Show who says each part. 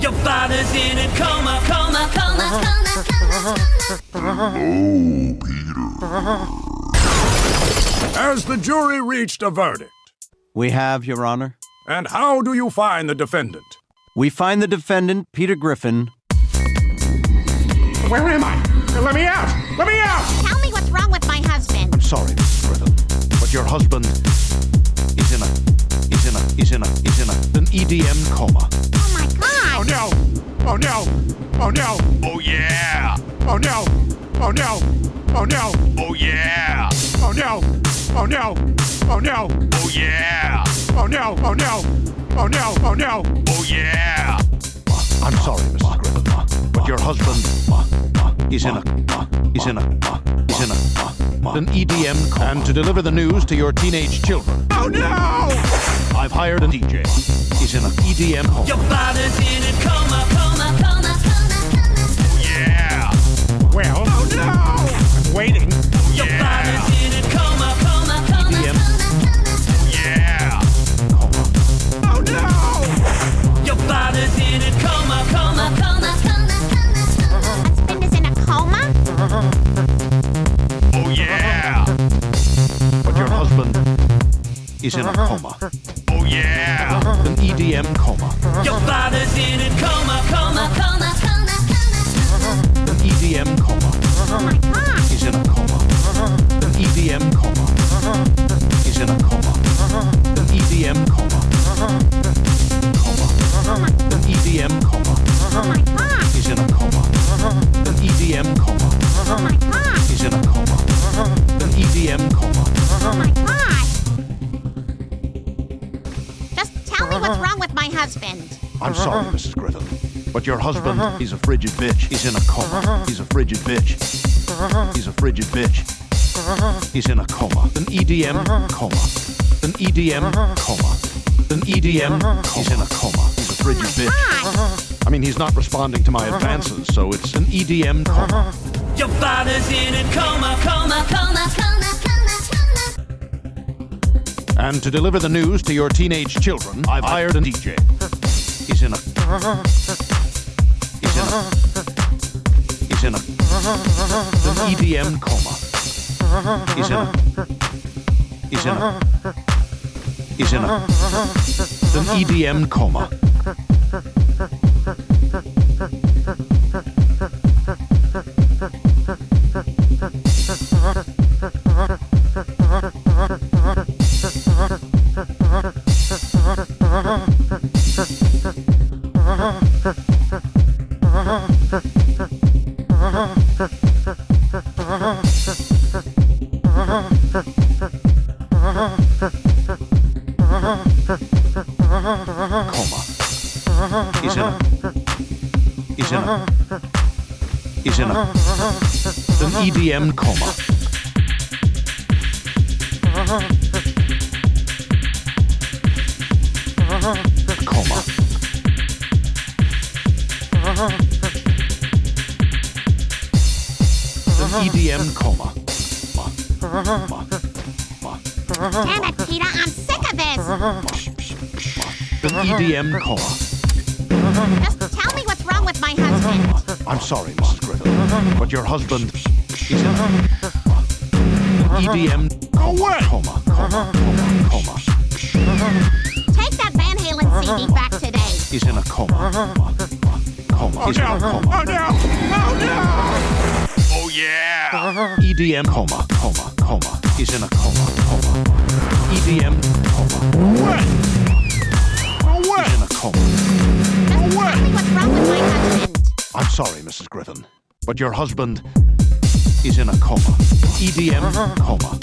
Speaker 1: Your father's in a coma, coma, coma, coma, coma.
Speaker 2: Has the jury reached a verdict?
Speaker 3: We have, Your Honor.
Speaker 2: And how do you find the defendant?
Speaker 3: We find the defendant, Peter Griffin.
Speaker 4: Where am I? Let me out! Let me out!
Speaker 5: Tell me what's wrong with my husband.
Speaker 6: I'm sorry, Mrs. Brittle, but your husband is in a is in a is in a is in a an EDM coma.
Speaker 5: Oh my god!
Speaker 4: Oh no! Oh no! Oh no!
Speaker 6: Oh yeah!
Speaker 4: Oh no! Oh no! Oh no!
Speaker 6: Oh yeah!
Speaker 4: Oh no! Oh no! Oh no!
Speaker 6: Oh yeah!
Speaker 4: Oh no! Oh no! Oh no! Oh no!
Speaker 6: Oh yeah! I'm sorry, Mrs. Griffin, but your husband is in a is in a is in a an E EDM coma. And to deliver the news to your teenage children,
Speaker 4: Oh no!
Speaker 6: I've hired a DJ. He's in a E EDM coma.
Speaker 1: Your father's in a coma, coma, coma, coma, coma.
Speaker 6: Yeah!
Speaker 4: Well, oh no! I'm waiting.
Speaker 1: Your father's in a coma, coma, coma,
Speaker 6: EDM.
Speaker 1: coma, coma.
Speaker 6: Yeah! Coma.
Speaker 4: Oh no!
Speaker 1: Your father's in a coma, coma, coma, coma, coma, coma.
Speaker 5: Husband is in a coma?
Speaker 6: Oh yeah! But your husband is in a coma. Oh yeah! An EDM coma.
Speaker 1: Your father's in a coma, coma, coma, coma, coma.
Speaker 6: An EDM coma.
Speaker 5: Oh my god!
Speaker 6: He's in a E coma. An EDM coma. He's in a E coma. An EDM coma. Coma. An EDM coma.
Speaker 5: Oh my god!
Speaker 6: He's in a E coma. An EDM coma.
Speaker 5: Oh my god!
Speaker 6: He's in a E coma. An EDM coma.
Speaker 5: Oh my god! Just tell me what's wrong with my husband.
Speaker 6: I'm sorry, Mrs. Griffin, but your husband, he's a frigid bitch. He's in a coma. He's a frigid bitch. He's a frigid bitch. He's in a coma. An EDM coma. An EDM coma. An EDM coma. He's in a coma. He's a frigid bitch.
Speaker 5: God!
Speaker 6: I mean, he's not responding to my advances, so it's an EDM coma.
Speaker 1: Your father's in a coma, coma, coma, coma, coma, coma.
Speaker 6: And to deliver the news to your teenage children, I've hired a DJ. He's in a. He's in a. He's in a. An EDM coma. He's in a. He's in a. He's in a. An EDM coma. Coma. He's in a. He's in a. He's in a. An EDM coma. Coma. An EDM coma. Ma. Ma. Ma.
Speaker 5: Damn it, Peter, I'm sick of
Speaker 6: Uh-huh.
Speaker 5: this!
Speaker 6: An EDM coma.
Speaker 5: Just tell me what's wrong with my husband.
Speaker 6: I'm sorry, Mrs. Griffin, but your husband is in a an EDM coma. Coma. Coma. Coma. Coma.
Speaker 5: Take that Van Halen CD back today.
Speaker 6: He's in a coma. Coma.
Speaker 4: Oh
Speaker 6: He's in
Speaker 4: no!
Speaker 6: a
Speaker 4: Oh
Speaker 6: coma.
Speaker 4: no! Oh
Speaker 6: Oh yeah! EDM E coma. Coma. Coma. He's in a coma. Coma. EDM coma.
Speaker 4: no! What? Oh what?
Speaker 6: He's in a coma.
Speaker 5: Just tell me what's wrong with my husband.
Speaker 6: I'm sorry, Mrs. Griffin, but your husband is in a E coma. EDM coma.